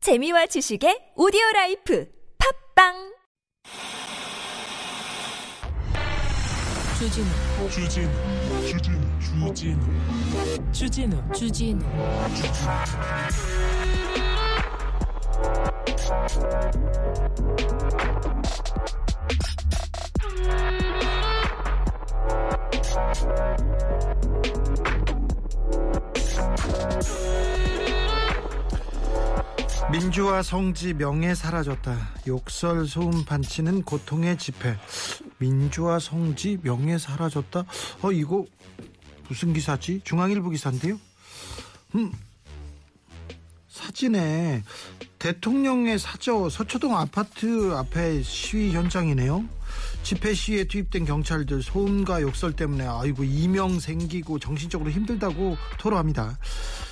재미와 지식의 오디오 라이프 팝빵 주진우 주진우 주진우 주진우 주진우 주진우 민주화 성지 명예 사라졌다. 욕설 소음 반치는 고통의 집회. 민주화 성지 명예 사라졌다. 어 이거 무슨 기사지? 중앙일보 기사인데요. 음 사진에 대통령의 사저 서초동 아파트 앞에 시위 현장이네요. 집회 시위에 투입된 경찰들 소음과 욕설 때문에 아이고 이명 생기고 정신적으로 힘들다고 토로합니다.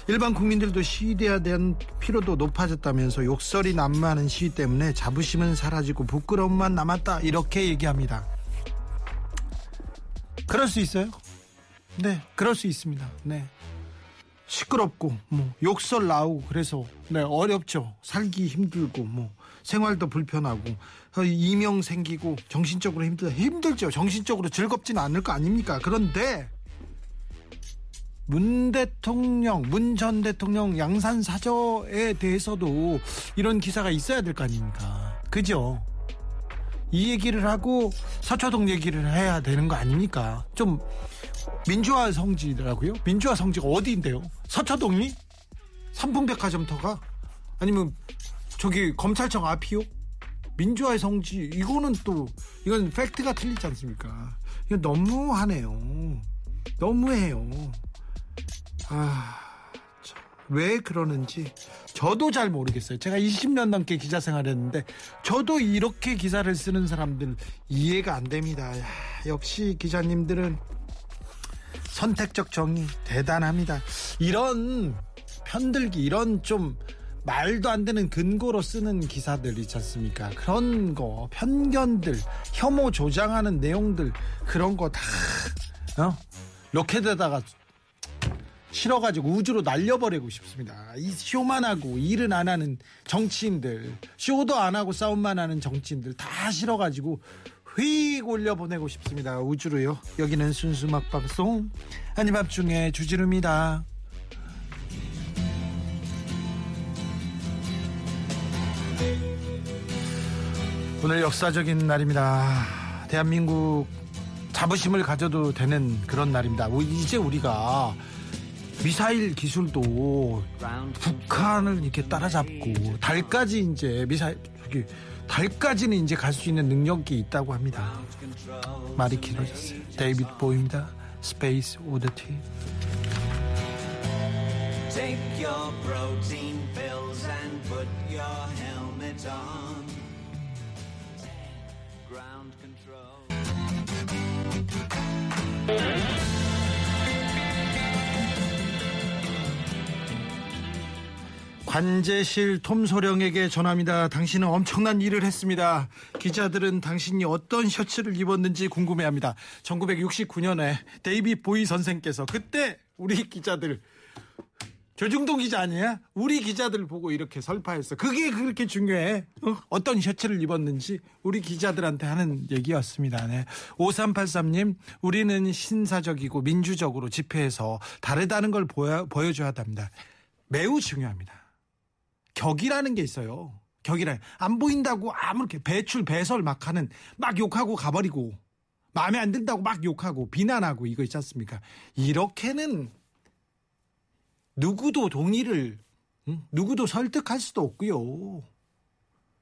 일반 국민들도 시위대에 대한 피로도 높아졌다면서 욕설이 난무하는 시위 때문에 자부심은 사라지고 부끄러움만 남았다 이렇게 얘기합니다. 그럴 수 있어요. 네, 그럴 수 있습니다. 네. 시끄럽고 뭐 욕설 나오고 그래서 네 어렵죠 살기 힘들고 뭐 생활도 불편하고 어, 이명 생기고 정신적으로 힘들 힘들죠 정신적으로 즐겁진 않을 거 아닙니까 그런데 문 대통령 문 전 대통령 양산 사저에 대해서도 이런 기사가 있어야 될 거 아닙니까 그죠 이 얘기를 하고 서초동 얘기를 해야 되는 거 아닙니까 좀 민주화 성지라고요? 민주화 성지가 어디인데요? 서초동이? 삼풍백화점터가? 아니면 저기 검찰청 앞이요? 민주화의 성지 이거는 또 이건 팩트가 틀리지 않습니까? 이건 너무하네요. 너무해요. 아, 참, 왜 그러는지 저도 잘 모르겠어요. 제가 20년 넘게 기자 생활했는데 저도 이렇게 기사를 쓰는 사람들 이해가 안 됩니다. 야, 역시 기자님들은 선택적 정의 대단합니다. 이런 편들기 이런 좀 말도 안 되는 근거로 쓰는 기사들 있지 않습니까? 그런 거 편견들 혐오 조장하는 내용들 그런 거 다 어? 로켓에다가 실어가지고 우주로 날려버리고 싶습니다. 이 쇼만 하고 일은 안 하는 정치인들, 쇼도 안 하고 싸움만 하는 정치인들 다 실어가지고 휙 올려보내고 싶습니다. 우주로요. 여기는 순수 막방송 한입밥 중에 주지루입니다. 오늘 역사적인 날입니다. 대한민국 자부심을 가져도 되는 그런 날입니다. 우- 이제 우리가 미사일 기술도 북한을 이렇게 따라잡고 달까지 이제 미사일 저기 달까지는 이제 갈 수 있는 능력이 있다고 합니다. 말이 길어졌어요. 데이비드 보입니다. 스페이스 오드티. Take your protein pills and put your helmet on. Ground control. 관제실 톰소령에게 전합니다. 당신은 엄청난 일을 했습니다. 기자들은 당신이 어떤 셔츠를 입었는지 궁금해합니다. 1969년에 데이비 보이 선생께서 그때 우리 기자들 조중동 기자 아니야? 우리 기자들 보고 이렇게 설파했어. 그게 그렇게 중요해. 어? 떤 셔츠를 입었는지 우리 기자들한테 하는 얘기였습니다. 네. 5383님, 우리는 신사적이고 민주적으로 집회에서 다르다는 걸 보여, 보여줘야 합니다. 매우 중요합니다. 격이라는 게 있어요. 격이라 안 보인다고 아무렇게 배출 배설 막 하는 막 욕하고 가버리고 마음에 안 든다고 막 욕하고 비난하고 이거 있지 않습니까? 이렇게는 누구도 동의를 응? 누구도 설득할 수도 없고요.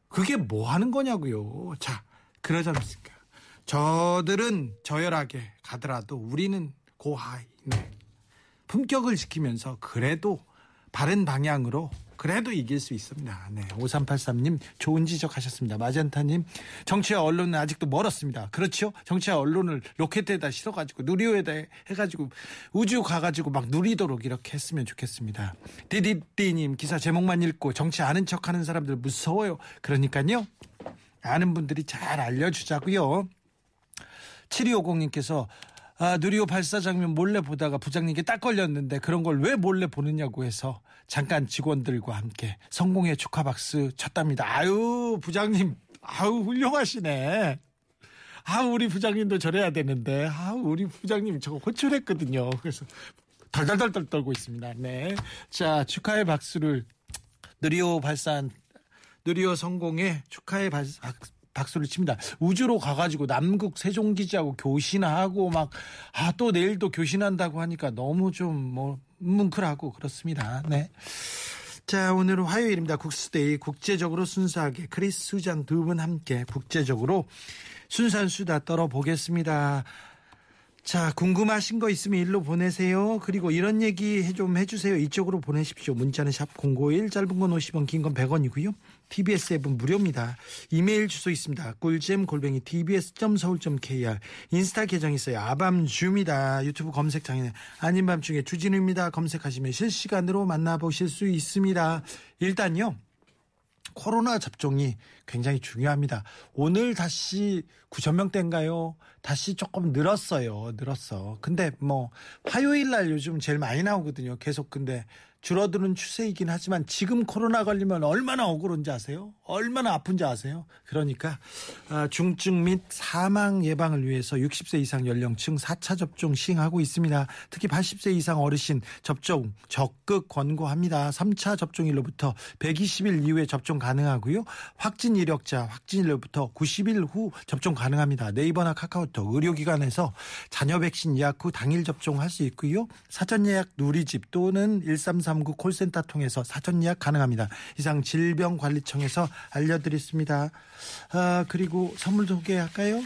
그게 뭐 하는 거냐고요. 자, 그러지 않습니까? 저들은 저열하게 가더라도 우리는 고하이. 네. 품격을 지키면서 그래도 바른 방향으로 그래도 이길 수 있습니다. 네. 5383님 좋은 지적하셨습니다. 마젠타님 정치와 언론은 아직도 멀었습니다. 그렇죠? 정치와 언론을 로켓에다 실어가지고 누리호에다 해- 해가지고 우주 가가지고 막 누리도록 이렇게 했으면 좋겠습니다. 디디디님 기사 제목만 읽고 정치 아는 척하는 사람들 무서워요. 그러니까요 아는 분들이 잘 알려주자고요. 7250님께서 아, 누리호 발사 장면 몰래 보다가 부장님께 딱 걸렸는데 그런 걸 왜 몰래 보느냐고 해서 잠깐 직원들과 함께 성공의 축하 박수 쳤답니다. 아유, 부장님. 아우, 훌륭하시네. 아, 우리 부장님도 저래야 되는데. 아, 우리 부장님 저거 호출했거든요. 그래서 덜덜덜덜 떨고 있습니다. 네. 자, 축하의 박수를 느리오 발산 느리오 성공에 축하의 발- 박, 박수를 칩니다. 우주로 가가지고 남극 세종기지하고 교신하고 막 아 또 내일도 교신한다고 하니까 너무 좀뭐 뭉클하고 그렇습니다. 네. 자 오늘은 화요일입니다. 국수데이 국제적으로 순수하게 크리스 수잔 두 분 함께 국제적으로 순수한 수다 떨어보겠습니다. 자, 궁금하신 거 있으면 일로 보내세요. 그리고 이런 얘기 해- 좀 해주세요. 이쪽으로 보내십시오. 문자는 샵 051, 짧은 건 50원, 긴 건 100원이고요. TBS 앱은 무료입니다. 이메일 주소 있습니다. 꿀잼 골뱅이 tbs.서울.kr 인스타 계정 있어요. 아밤주입니다. 유튜브 검색창에는 아닌 밤중에 주진우입니다. 검색하시면 실시간으로 만나보실 수 있습니다. 일단요. 코로나 접종이 굉장히 중요합니다. 오늘 다시 9천 명대인가요? 다시 조금 늘었어요. 늘었어. 근데 뭐 화요일 날 요즘 제일 많이 나오거든요. 계속 근데 줄어드는 추세이긴 하지만 지금 코로나 걸리면 얼마나 억울한지 아세요? 얼마나 아픈지 아세요? 그러니까 아, 중증 및 사망 예방을 위해서 60세 이상 연령층 4차 접종 시행하고 있습니다. 특히 80세 이상 어르신 접종 적극 권고합니다. 3차 접종일로부터 120일 이후에 접종 가능하고요. 확진 이력자 확진일로부터 90일 후 접종 가능합니다. 네이버나 카카오톡 의료기관에서 자녀 백신 예약 후 당일 접종할 수 있고요. 사전 예약 누리집 또는 1339 콜센터 통해서 사전 예약 가능합니다. 이상 질병관리청에서 알려드렸습니다. 아, 그리고 선물 소개할까요?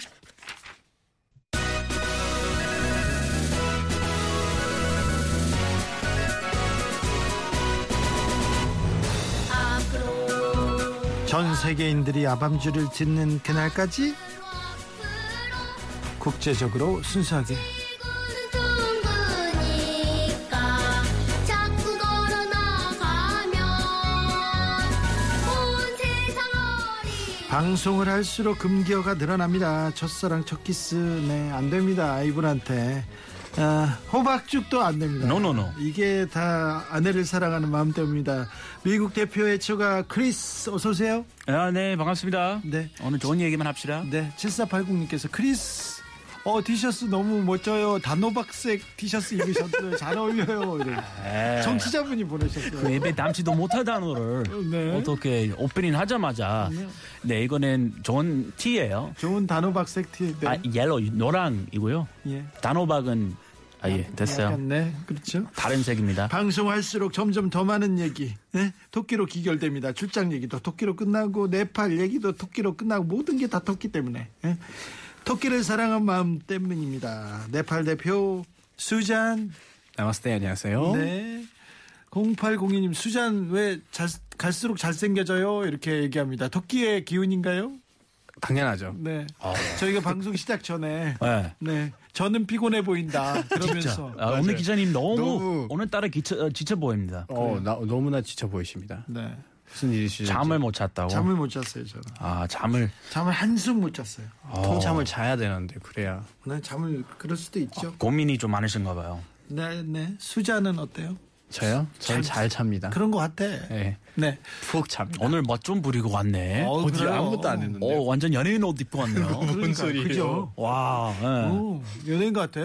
전 세계인들이 아밤주를 짓는 그날까지 국제적으로 순수하게 자꾸 걸어나가면 온 세상 어린 방송을 할수록 금기어가 늘어납니다. 첫사랑 첫 키스 네 안 됩니다 이분한테 아, 호박죽도 안 됩니다. 노노노. 이게 다 아내를 사랑하는 마음 때문입니다. 미국 대표의 처가 크리스 어서 오세요. 아, 네, 반갑습니다. 네. 오늘 좋은 얘기만 합시다. 네 7480님께서 크리스 어 티셔츠 너무 멋져요. 단호박색 티셔츠 입으셨어요. 잘 어울려요. 이래. 에, 정치자분이 보내셨어요. 아, 예. 그 앱에 남지도 못할 단어를 네. 어떻게 오프닝 하자마자 네, 이거는 좋은 티예요. 좋은 단호박색 티. 네. 아, 옐로 노랑이고요. 예. 단호박은 아, 예, 됐어요. 약간, 네 그렇죠. 다른 색입니다. 방송할수록 점점 더 많은 얘기. 네? 토끼로 기결됩니다. 출장 얘기도 토끼로 끝나고 네팔 얘기도 토끼로 끝나고 모든 게 다 토끼 때문에. 예? 토끼를 사랑한 마음 때문입니다. 네팔 대표 수잔. 나마스테 안녕하세요. 네. 0802님 수잔 왜 잘- 갈수록 잘생겨져요? 이렇게 얘기합니다. 토끼의 기운인가요? 당연하죠. 네. 저희가 방송 시작 전에 네. 네. 저는 피곤해 보인다. 그러면서 아, 오늘 기자님 너무, 너무- 오늘따라 기차, 어, 지쳐 보입니다. 어, 나, 너무나 지쳐 보이십니다. 네. 무슨 일이시죠? 잠을 못 잤다고. 잠을 못 잤어요, 저는. 아, 잠을 잠을 한숨 못 잤어요. 통잠을 자야 되는데 그래야. 난 잠을 그럴 수도 있죠. 고민이 좀 많으신가 봐요. 어. 네, 네. 수자는 어때요? 저요? 저는 잘 잡니다. 어, 그런 것 같아. 네. 네. 푹 잡니다. 예. 오늘 멋 좀 부리고 왔네. 어, 어디 그래요. 아무것도 안 어, 했는데. 완전 연예인 옷 입고 왔네요. 뭔 소리예요? 그죠? 와, 예. 오, 연예인 같아.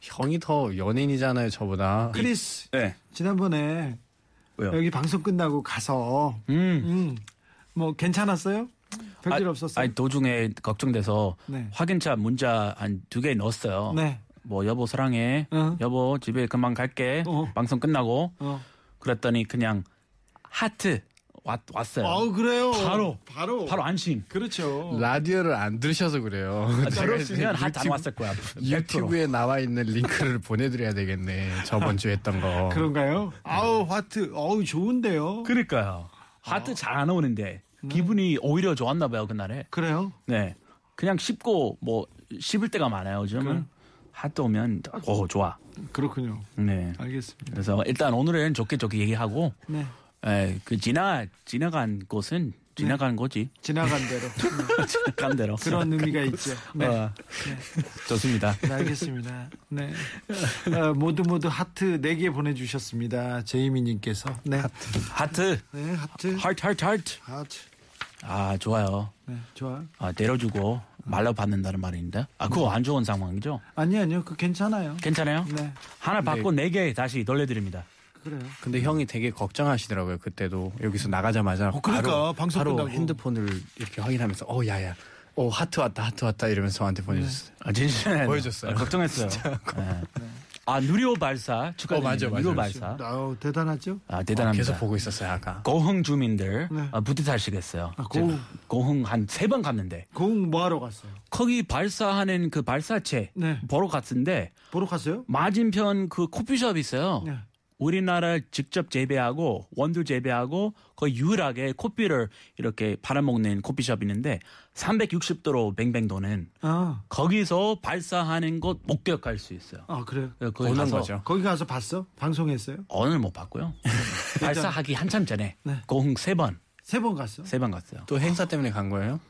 형이 더 연예인이잖아요, 저보다. 크리스, 네. 지난번에 왜요? 여기 방송 끝나고 가서, 음. 음, 뭐 괜찮았어요? 별일 아, 없었어요? 아니 도중에 걱정돼서 네. 확인차 문자 한 두 개 넣었어요. 네. 뭐 여보 사랑해. 어. 여보 집에 금방 갈게. 어. 방송 끝나고 어. 그랬더니 그냥 하트 왔, 왔어요. 아우, 그래요. 바로. 바로. 바로 안심. 그렇죠. 라디오를 안 들으셔서 그래요. 아, 들었으면 하트 안 왔을 거야. 아, 100%. 유튜브에 나와 있는 링크를 보내드려야 되겠네. 저번 주에 했던 거. 그런가요? 아우, 화트. 아우, 좋은데요. 그러니까요. 아. 하트 잘 안 오는데 네. 기분이 오히려 좋았나 봐요 그날에. 그, 래요 네. 그냥 씹고 뭐 씹을 때가 많아요 요즘은. 하트 오면 오 좋아. 그렇군요. 네. 아, 알겠습니다. 예, 그래서 일단 오늘은 좋게 좋게 얘기하고 네. 에, 그 지나 지나간 곳은 지나간 거지. 지나간 대로 지나간 대로. 그런 의미가 있죠. 네. 어, 좋습니다. 네, 알겠습니다. 네. 어, 모두 모두 하트 4개 보내주셨습니다. 제이미님께서. 네. 하트. 하트, 네, 하트. 하트, 하트, 하트. 하트. 아 좋아요. 네, 좋아요. 아, 내려주고 말려 받는다는 말인데. 아 그거 안 좋은 상황이죠? 아니, 아니요. 그 괜찮아요. 괜찮아요? 네. 하나 받고 네 개 다시 돌려드립니다. 그래요. 근데 형이 되게 걱정하시더라고요. 그때도 여기서 나가자마자 어, 그러니까, 바로, 방송 바로 끝나고. 핸드폰을 이렇게 확인하면서 어 야야 어 하트 왔다 하트 왔다 이러면서 저한테 보내줬어요. 아, 진짜 보여줬어요. 아, 걱정했어요. 네. 아 누리호 발사 축하드립니다. 어, 맞아요, 맞아요. 누리호 발사. 아우, 대단하죠? 아 대단합니다. 계속 보고 있었어요 아까. 고흥 주민들 네. 아, 뿌듯하시겠어요. 아, 고흥. 제가 고흥 한 세 번 갔는데 공 뭐하러 갔어요? 거기 발사하는 그 발사체 네. 보러 갔는데 보러 갔어요? 맞은편 그 커피숍 있어요. 네. 우리나라 직접 재배하고 원두 재배하고 거의 유일하게 커피를 이렇게 팔아먹는 커피숍 있는데 360도로 뱅뱅 도는 아, 거기서 발사하는 것 목격할 수 있어요. 아 그래요. 그래서 거기 보는 가서 거죠. 거기 가서 봤어? 방송했어요? 오늘 못 봤고요. 발사하기 한참 전에 네. 고흥 세 번, 세 번 갔어? 세 번 갔어요. 그, 또 행사 때문에 간 거예요?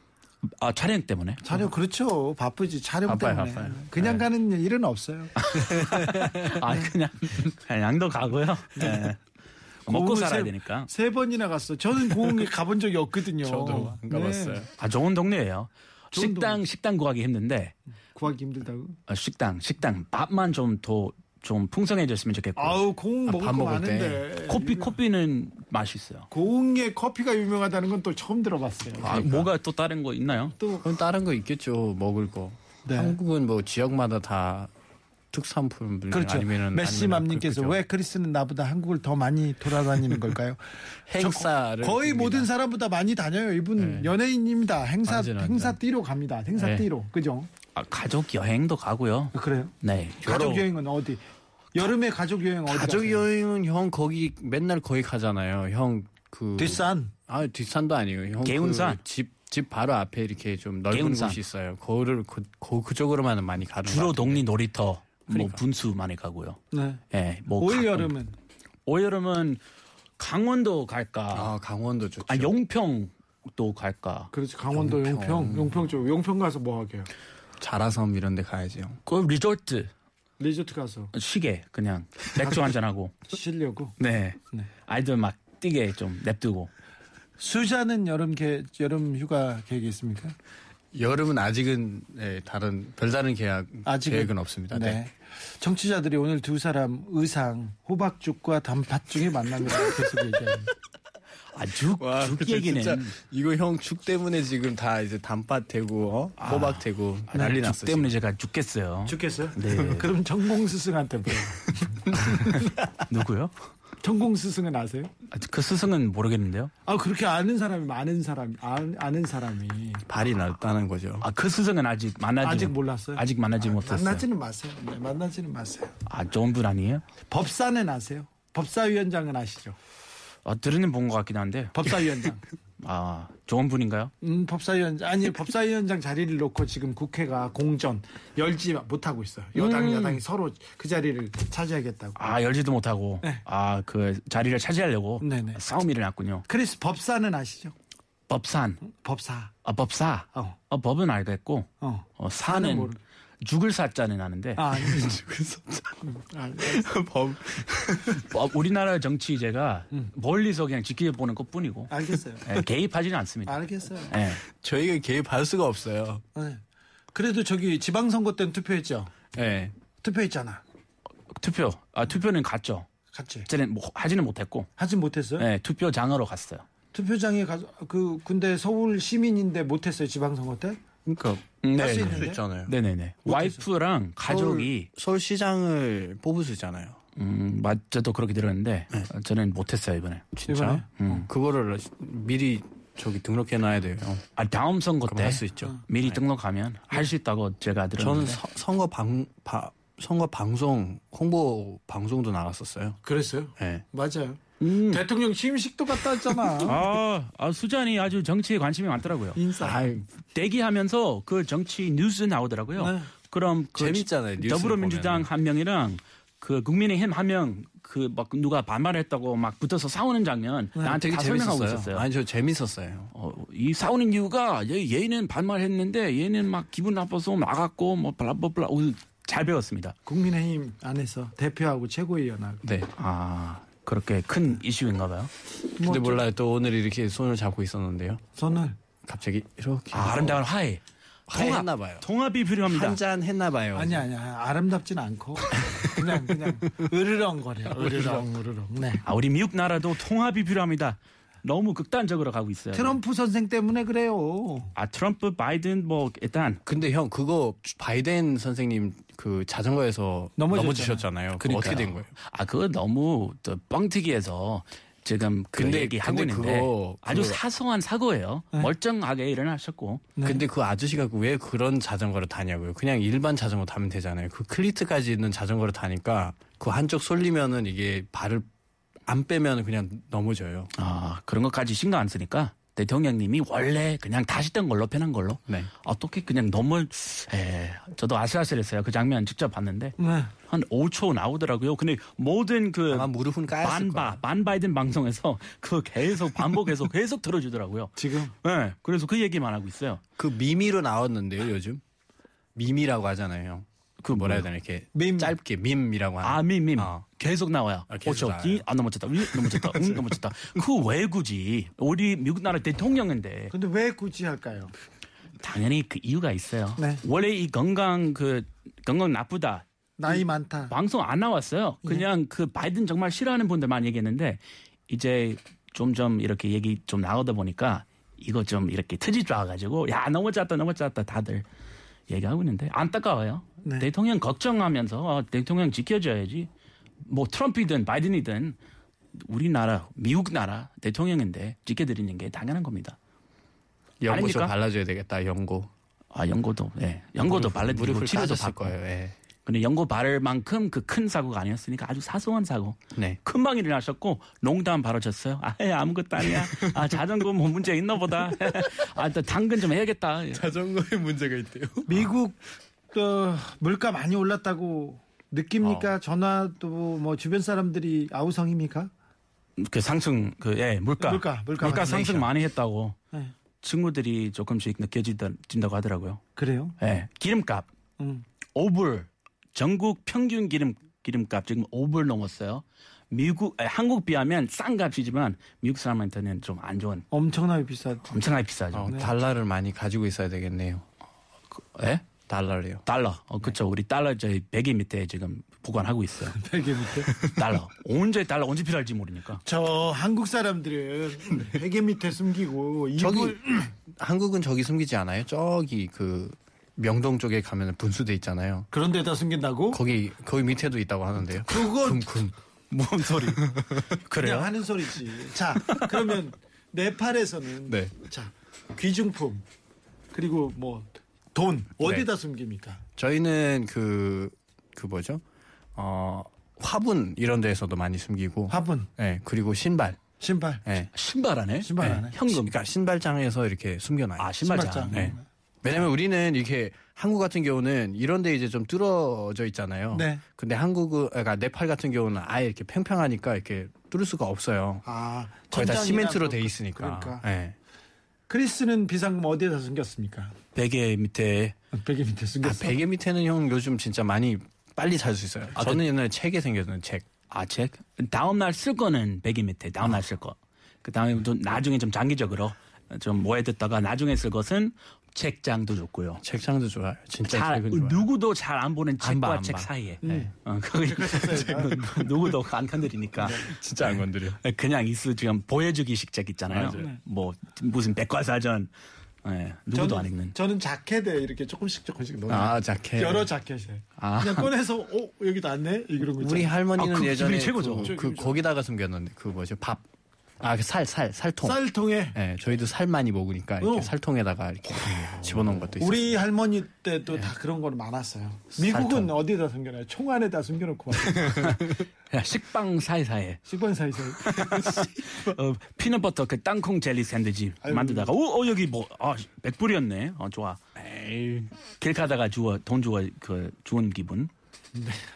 아 촬영 때문에. 촬영 그렇죠. 바쁘지 촬영 바빠요, 때문에. 바빠요. 그냥 가는 일은 없어요. 아 그냥 그냥 양도 가고요. 네. 먹고 고흥을 살아야 세- 되니까. 세 번이나 갔어. 저는 공항에 가본 적이 없거든요. 저도 안 가봤어요. 네. 아 좋은 동네예요. 좋은 식당 동네. 식당 구하기 힘든데 구하기 힘들다고. 어, 식당 식당 밥만 좀 더 좀 풍성해졌으면 좋겠고. 아우 공 아, 먹을 거 밥 먹을 때. 많은데. 커피 커피는 맛있어요. 공에 커피가 유명하다는 건 또 처음 들어봤어요. 아, 뭐가 또 다른 거 있나요? 또 그럼 다른 거 있겠죠 먹을 거. 네. 한국은 뭐 지역마다 다 특산품 그렇죠. 아니면은 메시맘님께서 왜 크리스는 나보다 한국을 더 많이 돌아다니는 걸까요? 행사를 저 거의 듭니다. 모든 사람보다 많이 다녀요. 이분 네. 연예인입니다. 행사 완전, 완전. 행사 띠로 갑니다. 행사 네. 띠로 그죠? 아, 가족 여행도 가고요. 아, 그래요? 네. 가족 여러- 여행은 어디? 여름에 가족 여행 어디? 가족 가세요? 여행은 형 거기 맨날 거기 가잖아요. 형그 뒷산. 아 뒷산도 아니에요. 형 개운산? 집집 바로 앞에 이렇게 좀 넓은 개운산. 곳이 있어요. 거를 그, 그 그쪽으로만은 많이 가는 주로 것 같아요. 동리 놀이터 뭐 그러니까. 분수 많이 가고요. 네. 예. 뭐 올 가끔- 여름은 올 여름은 강원도 갈까? 아 강원도 좋죠. 아 용평도 갈까? 그렇지 그렇죠. 강원도 용평. 용평. 용평 쪽 용평 가서 뭐 하게요? 자라섬 이런 데 가야지 형. 그 리조트 리조트 가서 시계 그냥 맥주 한잔 하고 쉬려고. 네. 네. 아이들 막 뛰게 좀 냅두고 수자는 여름 계 여름 휴가 계획이 있습니까? 여름은 아직은 예, 다른 별다른 계약 아직은? 계획은 없습니다. 네. 정치자들이 오늘 두 사람 의상 호박죽과 단팥 중에 만납니다. 계속 얘기합니다. 아죽죽 와, 근데 얘기는 진짜 이거 형 축 때문에 지금 다 이제 단팥 되고 어? 호박 되고 난리 죽 났어. 때문에 제가 죽겠어요. 죽겠어요? 네. 그럼 전공 스승한테 물어. 누구요? 전공 스승은 아세요? 아, 그 스승은 모르겠는데요. 아 그렇게 아는 사람이 많은 사람 아, 아는 사람이 발이 났다는 거죠. 아 그 스승은 아직 만나지 아직 못- 몰랐어요? 아직 만나지 못했어요. 만나지는 마세요. 네, 만나지는 마세요. 아 좋은 분 아니에요? 법사는 아세요? 법사위원장은 아시죠? 아, 들으는 본 것 같긴 한데 법사위원장. 아 좋은 분인가요? 음, 법사위원장 아니 법사위원장 자리를 놓고 지금 국회가 공전 열지 못하고 있어요. 여당 야당이 서로 그 자리를 차지하겠다고. 아 열지도 못하고 네. 아 그 자리를 차지하려고 네네. 싸움이 일어났군요. 크리스 법사는 아시죠? 법산, 법사. 아, 법사, 어. 아, 법은 알겠고 어. 어, 사는 사는 모르- 죽을 사자는 아는데 아, 아니, 아니. 법 어, 우리나라 정치제가 멀리서 그냥 지켜보는 것뿐이고 알겠어요. 예, 개입하지는 않습니다. 알겠어요. 예. 저희가 개입할 수가 없어요. 네. 그래도 저기 지방선거 때는 투표했죠. 예. 투표했잖아. 투표, 아, 투표는 갔죠. 같이. 저는 뭐 하지는 못했고 하진 못했어요. 예, 투표장으로 갔어요. 투표장에 가서 그 근데 서울 시민인데 못했어요. 지방선거 때. 그러니까 네, 할수 네. 있는 수 있잖아요. 네네네. 와이프랑 가족이 서울, 시장을 뽑으시잖아요. 음, 맞, 저도 그렇게 들었는데 어, 저는 못했어요 이번에. 이번에? 진짜? 음. 그거를 미리 저기 등록해 놔야 돼요. 아, 다음 선거 그럼 할 수 때 있죠. 미리 등록하면 할 수 있다고 제가 저는 들었는데. 서- 선거 방 바- 선거 방송 홍보 방송도 나갔었어요. 그랬어요. 예. 맞아요. 대통령 취임식도 갔다 왔잖아. 아, 아, 수잔이 아주 정치에 관심이 많더라고요. 인사. 아이, 대기하면서 그 정치 뉴스 나오더라고요. 그럼 그 네. 재밌잖아요, 뉴스 더불어민주당 보면은. 한 명이랑 그 국민의힘 하면 그 막 누가 반말했다고 막 붙어서 싸우는 장면 나한테 네, 네, 되게 다 설명하고 있었어요. 재밌었어요. 아니 저 재밌었어요. 어, 이 싸우는 이유가 얘, 얘는 반말했는데 얘는 막 기분 나빠서 나갔고 뭐 블라블라 잘 배웠습니다. 국민의힘 안에서 대표하고 최고위 연합. 네. 아 그렇게 큰 이슈인가 봐요. 근데 몰라요. 또 오늘 이렇게 손을 잡고 있었는데요. 손을 갑자기 이렇게 아, 름다운 화해. 화해 했나 봐요. 통합이 필요합니다. 한잔 했나 봐요. 아니 아니 아름답진 않고 그냥 그냥 으르렁거려. 으르렁 으르렁. 네. 아, 우리 미국 나라도 통합이 필요합니다. 너무 극단적으로 가고 있어요. 트럼프 선생 때문에 그래요. 아 트럼프 바이든 뭐 일단 근데 형 그거 바이든 선생님 그 자전거에서 넘어졌잖아요. 넘어지셨잖아요. 그거 어떻게 된 거예요? 아 그거 너무 또 뻥튀기해서 지금 그 근데- 얘기 하고 근데 있는데 그거- 아주 그거- 네. 사소한 사고예요. 멀쩡하게 일어나셨고 근데 그 아저씨가 왜 그런 자전거를 타냐고요. 그냥 일반 자전거 타면 되잖아요. 그 클리트까지 있는 자전거를 타니까 그 한쪽 쏠리면은 이게 발을 안 빼면 그냥 넘어져요. 아 그런 것까지 신경 안 쓰니까 대통령님이 원래 그냥 다시던 걸로 편한 걸로 네. 어떻게 그냥 넘을 에 저도 아슬아슬했어요. 그 장면 직접 봤는데 네. 한 5초 나오더라고요. 근데 모든 그 음. 아마 무릎은 까였을 반바 거예요. 반바이든 방송에서 그거 계속 반복해서 계속 들어주더라고요. 지금 네, 그래서 그 얘기만 하고 있어요. 그 미미로 나왔는데요, 요즘. 미미라고 하잖아요, 형. 그 뭐라 해야 되나 이렇게 밈. 짧게 밈이라고 하는. 아, 밈, 밈. 어. 계속 나와요. 아, 계속 5초. 나와요. 이, 아, 넘어졌다. 위, 넘어졌다. 음, 넘어졌다. 그 왜 굳이 우리 미국 나라 대통령인데 근데 왜 굳이 할까요? 당연히 그 이유가 있어요. 네. 원래 이 건강 그 건강 나쁘다. 나이 많다. 방송 안 나왔어요. 예. 그냥 그 바이든 정말 싫어하는 분들만 얘기했는데 이제 점점 이렇게 얘기 좀 나오다 보니까 이거 좀 이렇게 트집 잡아가지고 야 넘어졌다 넘어졌다 다들 얘기하고 있는데 안타까워요. 네. 대통령 걱정하면서 어, 대통령 지켜줘야지. 뭐 트럼프이든 바이든이든 우리나라 미국 나라 대통령인데 지켜드리는 게 당연한 겁니다. 연고 아닙니까? 좀 발라줘야 되겠다, 연고. 아 연고도 예 연고도 발라드리고 무릎을 치료도 까졌을 받고 거예요. 예. 근데 연고 바를 만큼 그 큰 사고가 아니었으니까 아주 사소한 사고 네. 금방 일어나셨고 농담 바로 쳤어요. 아, 예, 아무것도 아니야. 아, 자전거 뭐 문제 있나 보다. 아, 또 당근 좀 해야겠다. 예. 자전거에 문제가 있대요. 미국 어, 물가 많이 올랐다고 느낍니까? 전화도 뭐 주변 사람들이 아우성입니까? 그 상승 그 예, 물가. 물가, 물가 많이 상승 많이 했다고 네. 친구들이 조금씩 느껴진다고 하더라고요. 그래요? 예. 기름값 음. 5불. 전국 평균 기름 기름값 지금 5불 넘었어요. 미국 아니, 한국 비하면 싼 값이지만 미국 사람한테는 좀 안 좋은 엄청나게 비싸죠. 엄청나게 비싸죠. 네. 어, 달러를 많이 가지고 있어야 되겠네요. 그, 예? 달러를요. 달러. 어, 네. 그쵸. 우리 달러 저희 베개 밑에 지금 보관하고 있어요. 베개 밑에. 달러. 언제 달러 언제 필요할지 모르니까. 저 한국 사람들은 베개 밑에 숨기고 저기 이불 한국은 저기 숨기지 않아요? 저기 그 명동 쪽에 가면 분수대 있잖아요. 그런 데다 숨긴다고? 거기 거기 밑에도 있다고 하는데요. 그건 금금. 뭔 소리? 그냥 그래요? 하는 소리지. 자, 그러면 네팔에서는 네. 자 귀중품 그리고 뭐 돈 어디다 숨깁니까? 저희는 그 그 뭐죠? 어 화분 이런 데에서도 많이 숨기고. 화분, 예. 그리고 신발. 신발, 예. 신발 안에? 신발 안에. 현금. 그러니까 신발장에서 이렇게 숨겨놔요. 아 신발장. 신발장. 네. 왜냐면 우리는 이렇게 한국 같은 경우는 이런데 이제 좀 뚫어져 있잖아요. 네. 근데 한국은 그러니까 네팔 같은 경우는 아예 이렇게 평평하니까 이렇게 뚫을 수가 없어요. 아 거의 다 천장이나 시멘트로 뭐 돼 있으니까. 그러니까 예. 크리스는 비상금 어디에다 숨겼습니까? 베개 밑에. 베개 밑에 아, 숨겼어. 베개 밑에는 형 요즘 진짜 많이 빨리 찾을 수 있어요. 저는 옛날에 책에 생겼는 책. 아 책. 다음 날 쓸 거는 베개 밑에. 다음 날 쓸 거. 그 다음에 좀 나중에 좀 장기적으로 좀 모여뒀다가 나중에 쓸 것은 책장도 좋고요. 책장도 좋아요. 진짜 잘 책은 좋아요. 누구도 잘 안 보는 책과 봐, 안 책 봐. 사이에. 어, 거기 누구도 안 네, 건드리니까. 네, 진짜 안 건드려. 그냥 있어 지금 보여주기식 책 있잖아요. 뭐 무슨 백과사전 예, 누구도 저는, 안 읽는. 저는 자켓에 이렇게 조금씩 조금씩 넣어. 아, 자켓. 여러 자켓에 아. 그냥 꺼내서 어 여기 놨네 이런 거. 우리 있잖아요. 할머니는 아, 그 예전에 기분이 최고죠. 그, 그 거기다가 숨겼는데 그 뭐죠? 밥. 아, 그 살, 살, 살통. 쌀통에 예, 저희도 살 많이 먹으니까 이렇게 어. 살통에다가 이렇게 집어넣은 것도 있어요. 우리 할머니 때도 예. 다 그런 건 많았어요. 미국은 어디다 숨겨놔요? 총 안에다 숨겨놓고 와요. 야, 네, 식빵 사이사이 식빵 사이사이. 어, 피넛버터 그 땅콩 젤리 샌드위치 만들다가 오, 어, 여기 뭐 아, 백불이었네. 어, 좋아. 길 가다가 주워 돈 주워 그 주운 기분.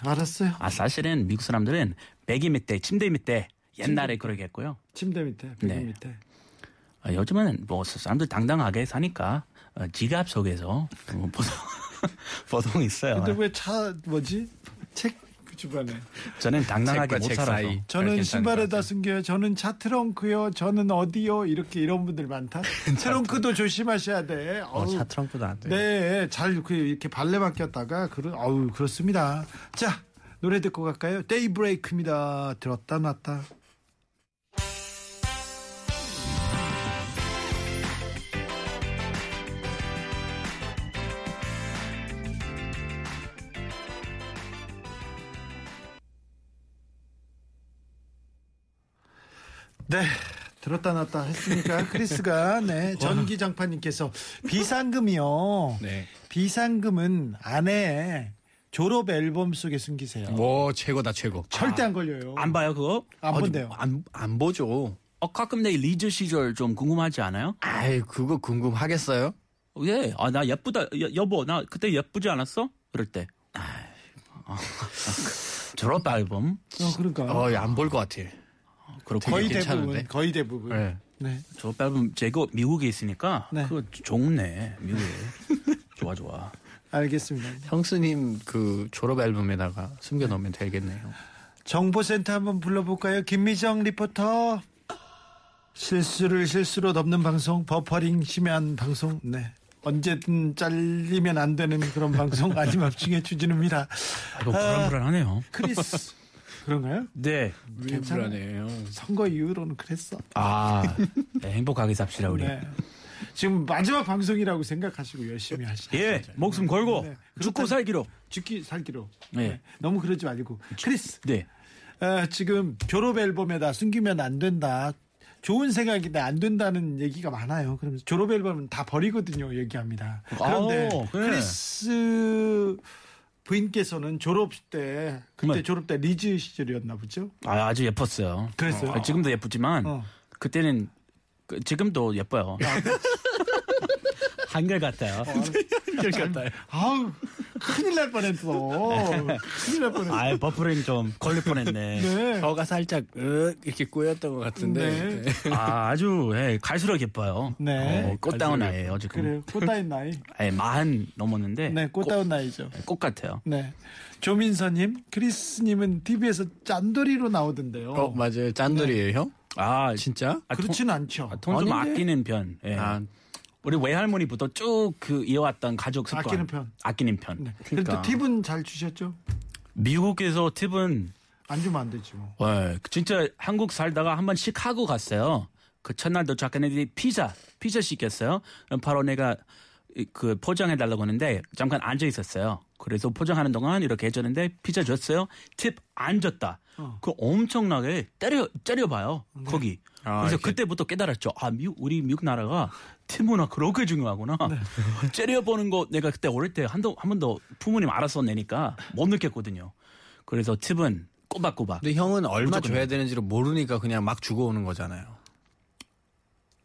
알았어요. 아 사실은 미국 사람들은 베개 밑에 침대 밑에 옛날에 그러게 했고요. 침대 밑에, 베개 네. 밑에. 아, 요즘은 뭐 사람들 당당하게 사니까 어, 지갑 속에서 어, 보통 보통 있어요. 근데 왜 차 뭐지? 책 그 주변에. 저는 당당하게 책과 못 책 살아서 사이. 저는 괜찮은 신발에다 것 숨겨요. 저는 차 트렁크요. 저는 어디요? 이렇게 이런 분들 많다. 트렁크도 조심하셔야 돼. 어, 어우, 차 트렁크도 안 돼. 네, 잘 그 이렇게 발레 맡겼다가 그런 아우 그렇습니다. 자 노래 듣고 갈까요? 데이브레이크입니다. 들었다 놨다. 네. 들었다 놨다 했으니까 크리스가 네 전기 장판님께서 비상금이요. 어. 네. 비상금은 아내의 졸업 앨범 속에 숨기세요. 뭐 아, 최고다 최고. 절대 안 걸려요. 안 봐요 그거? 뭐, 안 아주 본대요. 안, 안 보죠. 어, 가끔 내 리즈 시절 좀 궁금하지 않아요? 아이 그거 궁금하겠어요? 예, 아, 나 예쁘다. 여, 여보, 나 그때 예쁘지 않았어? 그럴 때. 아이, 아, 졸업 앨범? 어, 그러니까 어안 볼 것 같아. 그렇고. 거의 되게 대부분 괜찮은데? 거의 대부분. 네. 네. 졸업 앨범, 제거 미국에 있으니까. 네. 그거 좋네, 미국에. 좋아, 좋아. 알겠습니다. 형수님 그 졸업 앨범에다가 숨겨 놓으면 되겠네요. 정보센터 한번 불러볼까요? 김미정 리포터. 실수를 실수로 덮는 방송, 버퍼링 심한 방송, 네. 언제든 잘리면 안 되는 그런 방송, 아니면 중에 추진입니다. 아, 아. 이거 불안불안하네요. 크리스. 그런가요? 네. 왜 불안해요? 선거 이후로는 그랬어. 아, 네, 행복하게 삽시다, 우리. 네. 지금 마지막 방송이라고 생각하시고 열심히 하시죠. 예, 목숨 걸고 네. 죽고 그렇다면- 살기로. 죽기 살기로. 네. 네. 너무 그러지 말고. 크리스. 네. 아, 지금 졸업 앨범에다 숨기면 안 된다. 좋은 생각인데 안 된다는 얘기가 많아요. 그러면서 졸업 앨범은 다 버리거든요. 얘기합니다. 그런데 아오, 네. 크리스 부인께서는 졸업 때 그때 네. 졸업 때 리즈 시절이었나 보죠. 아, 아주 예뻤어요. 그랬어요? 어, 지금도 예쁘지만, 어. 아, 그때는, 그- 지금도 예뻐요. 네. 한결 어. 같아요. 한결 같아요. 아우 큰일 날 뻔했어. 큰일 날 뻔했어. 아이 버프링 좀 걸릴 뻔했네. 네. 혀가 살짝 으, 이렇게 꼬였던 것 같은데. 네. 아, 아주 예, 갈수록 예뻐요. 네. 어, 꽃다운 나이에요 지금. 그래요. 꽃다운 나이. 예, 마흔 넘었는데 네, 꽃다운 나이죠. 꽃, 꽃 같아요. 네. 조민서님, 크리스님은 TV에서 짠돌이로 나오던데요. 어 맞아요. 짠돌이에요 형? 아, 진짜? 아, 그렇진 않죠. 돈 좀 아닌데? 아끼는 편. 예. 아, 우리 외할머니부터 쭉 그 이어왔던 가족 습관. 아끼는 편. 아끼는 편. 네. 그러니까 그래도 팁은 잘 주셨죠? 미국에서 팁은 안 주면 안 되지 뭐. 예, 진짜 한국 살다가 한 번 시카고 갔어요. 그 첫날 도착한 애들이 피자, 피자 시켰어요. 그럼 바로 내가 이- 그 포장해 달라고 하는데 잠깐 앉아 있었어요. 그래서 포장하는 동안 이렇게 해줬는데 피자 줬어요. 팁 안 줬다. 어. 그 엄청나게 때려 때려봐요 거기. 아, 그래서 이렇게. 그때부터 깨달았죠. 아, 미, 우리 미국 나라가 팁 문화 그렇게 중요하구나. 네. 째려보는 거 내가 그때 어릴 때 한 번 더 부모님 알아서 내니까 못 느꼈거든요. 그래서 팁은 꼬박꼬박. 근데 형은 얼마 무조건. 줘야 되는지를 모르니까 그냥 막 주고 오는 거잖아요.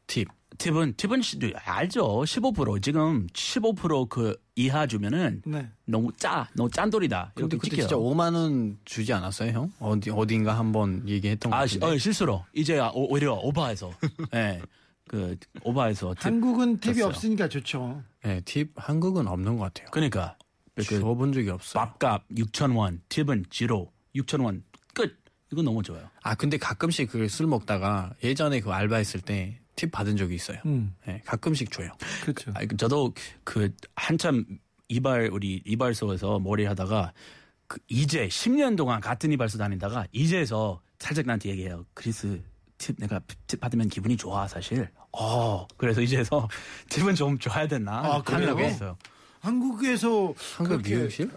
팁. 팁은 팁은 시- 알죠. 15% 지금 15%그 이하 주면은 네. 너무 짜, 너무 짠돌이다. 근데 이렇게 그때 찍혀요. 진짜 5만 원 주지 않았어요, 형? 어디 어딘가 한번 얘기했던 것 아, 시- 같은데. 어, 실수로 이제 아, 오- 오히려 오버해서, 예, 그 오버해서 팁. 한국은 팁이 줬어요. 없으니까 좋죠. 네, 팁 한국은 없는 것 같아요. 그러니까 그 줘본 적이 없어요. 밥값 6천 원, 팁은 지로 6천 원 끝. 이거 너무 좋아요. 아 근데 가끔씩 그 술 먹다가 예전에 그 알바했을 때 팁 받은 적이 있어요. 음. 네, 가끔씩 줘요. 그렇죠. 아, 그 저도 그 한참 이발 우리 이발소에서 머리 하다가 그 이제 10년 동안 같은 이발소 다니다가 이제서 살짝 나한테 얘기해요. 크리스 팁 내가 팁 받으면 기분이 좋아 사실. 어 그래서 이제서 팁은 좀 줘야 되나 아, 그래요? 고민하고 있어요. 한국에서 한국 그렇게 미용실?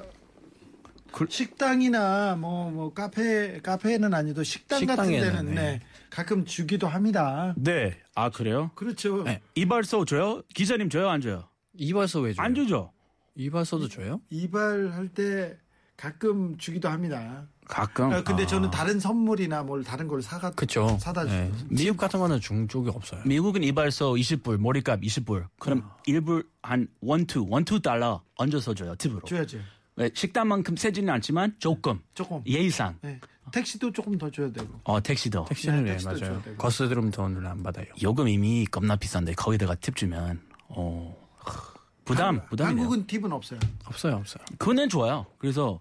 식당이나 뭐 뭐 카페 카페는 아니도 식당 같은 식당에는, 데는 네. 네. 가끔 주기도 합니다. 네, 아 그래요? 그렇죠. 네. 이발소 줘요? 기사님 줘요? 안 줘요? 이발소 왜 줘요? 안 주죠? 이발소도 줘요? 이발할 때 가끔 주기도 합니다. 가끔. 아, 근데 아. 저는 다른 선물이나 뭘 다른 걸 사가 그쵸. 사다 네. 주죠. 미국 같은 거는 준 쪽이 없어요. 미국은 이발소 20불, 머리값 20불. 그럼 일 1불 한 원투, 원투 달러 얹어서 줘요 팁으로. 줘야죠. 예, 식당만큼 세지는 않지만 조금 조금. 예의상 네. 택시도 조금 더 줘야 되고. 어 택시도 택시는 네, 네, 택시도 줘야 맞아요. 되고. 거스 들으면 돈을 안 받아요. 요금 이미 겁나 비싼데 거기다가 팁 주면 어 하, 부담 부담이네요. 한국은 팁은 없어요. 없어요, 없어요. 그는 좋아요. 그래서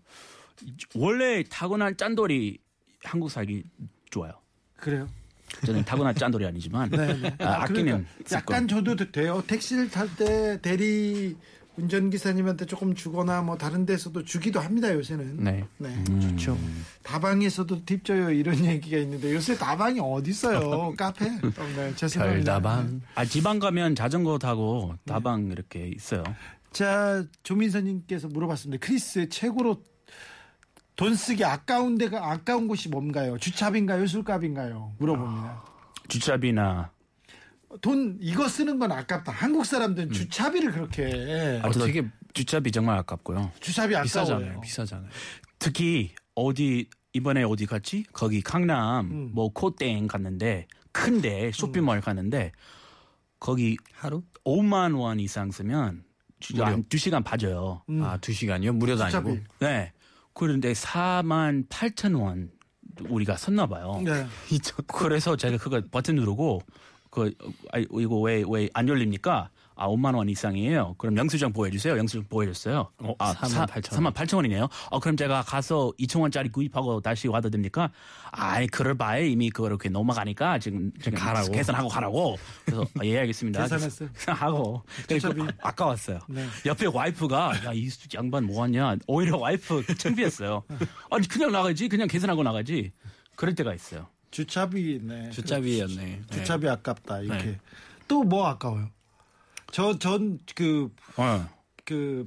원래 타고난 짠돌이 한국 살기 좋아요. 그래요? 저는 타고난 짠돌이 아니지만 네네. 그러니까 아, 끼는 약간 저도 되- 돼요. 택시를 탈 때 대리 운전기사님한테 조금 주거나 뭐 다른 데서도 주기도 합니다 요새는. 네. 음. 좋죠. 다방에서도 팁 줘요 이런 얘기가 있는데 요새 다방이 어디 있어요? 카페? 어, 네, 죄송합니다. 별다방. 아 지방 가면 자전거 타고 네. 다방 이렇게 있어요. 자 조민선님께서 물어봤습니다. 크리스의 최고로 돈 쓰기 아까운 데가 아까운 곳이 뭔가요? 주차비인가요? 술값인가요? 물어봅니다. 아. 주차비나 돈 이거 쓰는 건 아깝다. 한국 사람들은 주차비를 그렇게 음. 아, 저도 되게- 주차비 정말 아깝고요. 주차비 아까워요. 비싸잖아요, 비싸잖아요. 특히 어디 이번에 어디 갔지? 거기 강남 뭐 코땡 갔는데 큰데 쇼핑몰 갔는데 거기 하루 5만 원 이상 쓰면 주, 무려. 한 2시간 봐줘요. 아, 두 시간이요? 무료도 아니고. 주차비. 네. 그런데 4만 8천 원 우리가 샀나 봐요. 네. 그래서 제가 그거 버튼 누르고 그 어, 아이, 이거 왜 왜 안 열립니까? 아 5만 원 이상이에요. 그럼 영수증 보여주세요. 영수증 보여줬어요. 어, 아 48,000원. 4만 8천 원이네요. 어 그럼 제가 가서 2천 원짜리 구입하고 다시 와도 됩니까? 아이 그럴 바에 이미 그렇게 넘어가니까 지금, 지금 가라고. 계산하고 가라고. 그래서 아, 예 알겠습니다. 계산했어요? 하고 그리고 주차비. 아- 아까웠어요. 네. 옆에 와이프가 야 이 양반 뭐하냐 오히려 와이프 창피했어요. 아니 그냥 나가지 그냥 계산하고 나가지 그럴 때가 있어요. 주차비 네. 주차비였네. 주차비 아깝다 이렇게 또 뭐 아까워요? 저 전 그 그 어.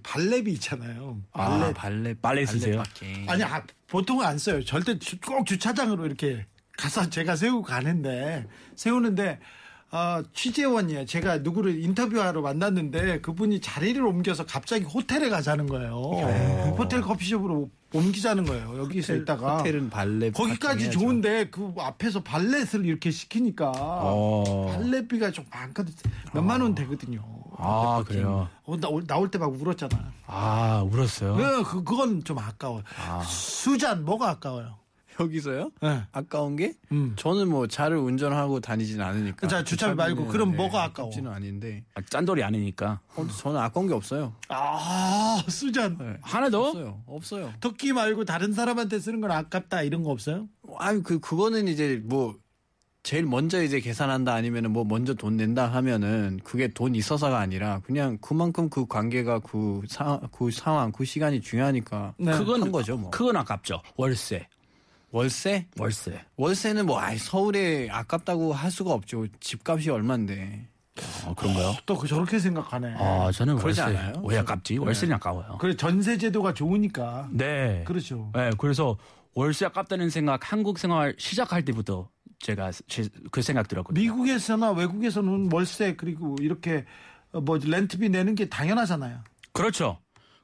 발레비 있잖아요. 발레, 발레, 발레 쓰세요? 발레밖에. 아니 아, 보통은 안 써요. 절대 주- 꼭 주차장으로 이렇게 가서 제가 세우고 가는데 세우는데 아, 취재원이에요. 제가 누구를 인터뷰하러 만났는데 그분이 자리를 옮겨서 갑자기 호텔에 가자는 거예요. 어. 호텔 커피숍으로 옮기자는 거예요. 여기서 있다가 그 호텔은 네, 발레. 거기까지 파킹해야죠. 좋은데 그 앞에서 발렛을 이렇게 시키니까 발렛비가 좀 많거든. 몇만 원 되거든요. 아 그래요. 어, 나, 나올 때 막 울었잖아. 아 울었어요. 네, 그, 그건 좀 아까워요. 수잔, 뭐가 아까워요? 여기서요? 네. 음. 아까운 게? 저는 뭐 차를 운전하고 다니진 않으니까. 자, 주차비 말고 그럼 뭐가 아까워? 는 아닌데. 아, 짠돌이 아니니까 어, 저는 아까운 게 없어요. 아, 수잔. 네. 하나 더. 없어요. 없어요. 토끼 말고 다른 사람한테 쓰는 건 아깝다 이런 거 없어요? 아니 그 그거는 이제 뭐 제일 먼저 이제 계산한다 아니면은 뭐 먼저 돈 낸다 하면은 그게 돈 있어서가 아니라 그냥 그만큼 그 관계가 그, 사, 그 상황 그 시간이 중요하니까 네. 그건 한 거죠 뭐 그건 아깝죠. 월세. 월세 월세. 월세는 뭐 아이 서울에 아깝다고 할 수가 없죠 집값이 얼만데 아 그런가요? 또 그 저렇게 생각하네. 아 저는 그러지 월세 않아요? 네. 왜 아깝지? 월세는 아까워요. 그래 전세 제도가 좋으니까. 네. 그렇죠. 네, 그래서 월세 아깝다는 생각 한국 생활 시작할 때부터 제가 제- 그 생각 들었거든요. 미국에서나 외국에서는 월세 그리고 이렇게 어, 뭐 렌트비 내는 게 당연하잖아요. 그렇죠.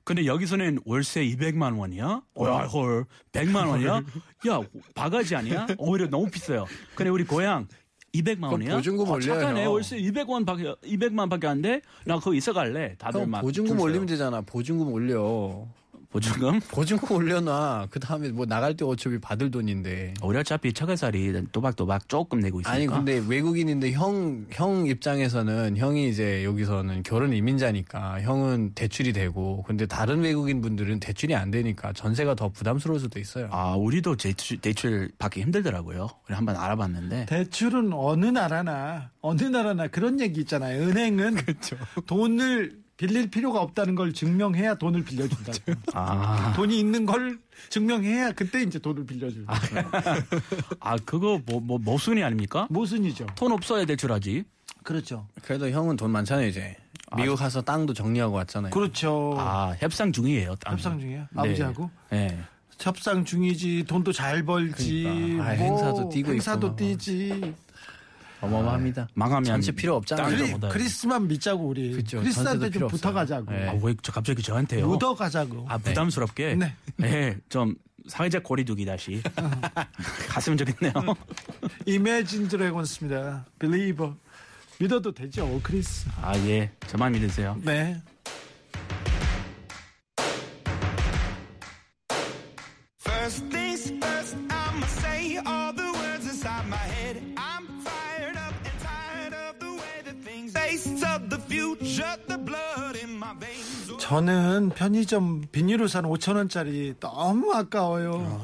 근데 여기서는 월세 200만 원이야? 와, 헐. 100만 원이야? 야, 바가지 아니야? 오히려 너무 비싸요. 근데 우리 고향 200만 원이야? 보증금 어, 올려요. 착하네. 월세 200원 밖에 200만 밖에 안 돼. 나 거기 있어 갈래. 다들 형 막 보증금 줄 서요. 올리면 되잖아 보증금 올려 보증금? 보증금 올려놔 그 다음에 뭐 나갈 때 어차피 받을 돈인데 우리 어차피 차가살이 또박또박 조금 내고 있으니까. 아니 근데 외국인인데 형 형 입장에서는 형이 이제 여기서는 결혼 이민자니까 형은 대출이 되고 근데 다른 외국인 분들은 대출이 안 되니까 전세가 더 부담스러울 수도 있어요. 아, 우리도 대출, 대출 받기 힘들더라고요. 우리 한번 알아봤는데. 대출은 어느 나라나 어느 나라나 그런 얘기 있잖아요. 은행은 그렇죠. 돈을 빌릴 필요가 없다는 걸 증명해야 돈을 빌려준다고. 그렇죠. 아. 돈이 있는 걸 증명해야 그때 이제 돈을 빌려줄. 요 아 그거 뭐, 뭐 모순이 아닙니까? 모순이죠. 돈 없어야 대출하지. 그렇죠. 그래도 형은 돈 많잖아요 이제 미국 가서 땅도 정리하고 왔잖아요. 그렇죠. 아 협상 중이에요. 땅. 협상 중이야. 네. 아버지하고 네. 협상 중이지. 돈도 잘 벌지. 뭐 그러니까. 아, 행사도 뛰고 행사도 있구나. 뛰지. 어마어마합니다. 망하면 전세 필요 없잖아요. 땅도 크리, 못 알아요. 크리스만 믿자고 우리. 그쵸, 크리스한테 전세도 좀 필요 없어요. 붙어가자고. 네. 아, 왜 저- 갑자기 저한테요? 묻어가자고. 아 부담스럽게. 네. 네. 좀 사회적 거리두기 다시 갔으면 좋겠네요. Imagine Dragons입니다. Believer. 믿어도 되죠, 크리스. 아 예. 저만 믿으세요. 네. taste of the future, the blood in my veins. 저는 편의점 비닐우산 5천 원짜리 너무 아까워요.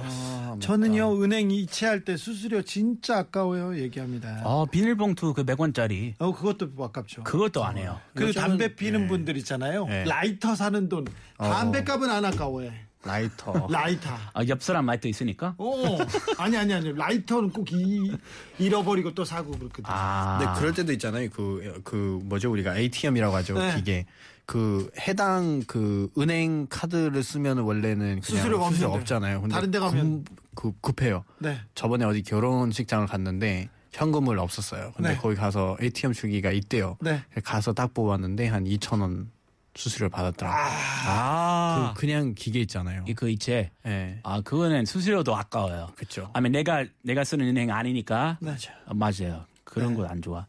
저는요 은행 이체할 때 수수료 진짜 아까워요 얘기합니다. 어, 비닐봉투 그 100원짜리 어 그것도 아깝죠. 그것도 안 해요. 그리고 담배 피는 네. 어. 분들 있잖아요. 예. 라이터 사는 돈 담배값은 안 아까워해. 라이터. 라이터. 아, 옆 사람 말도 있으니까. 어 아니 아니 아니 라이터는 꼭 이- 잃어버리고 또 사고 그렇거든. 요 아, 근데 네, 그럴 때도 있잖아요. 그, 그, 뭐죠? 우리가 ATM이라고 하죠. 네. 기계. 그, 해당 그, 은행 카드를 쓰면 원래는 그냥 수수료가 수수료 없는데. 없잖아요. 근데 다른 데 가면. 급, 급, 급해요. 네. 저번에 어디 결혼식장을 갔는데 현금을 없었어요. 근데 네. 거기 가서 ATM 주기가 있대요. 네. 가서 딱 뽑았는데 한 2천 원 수수료를 받았더라고요. 아, 그, 그냥 기계 있잖아요. 네. 이- 그 이체. 예. 아, 그거는 수수료도 아까워요. 그쵸. 아니, 내가, 내가 쓰는 은행 아니니까. 맞아요. 아, 맞아요. 그런 네. 건 안 좋아.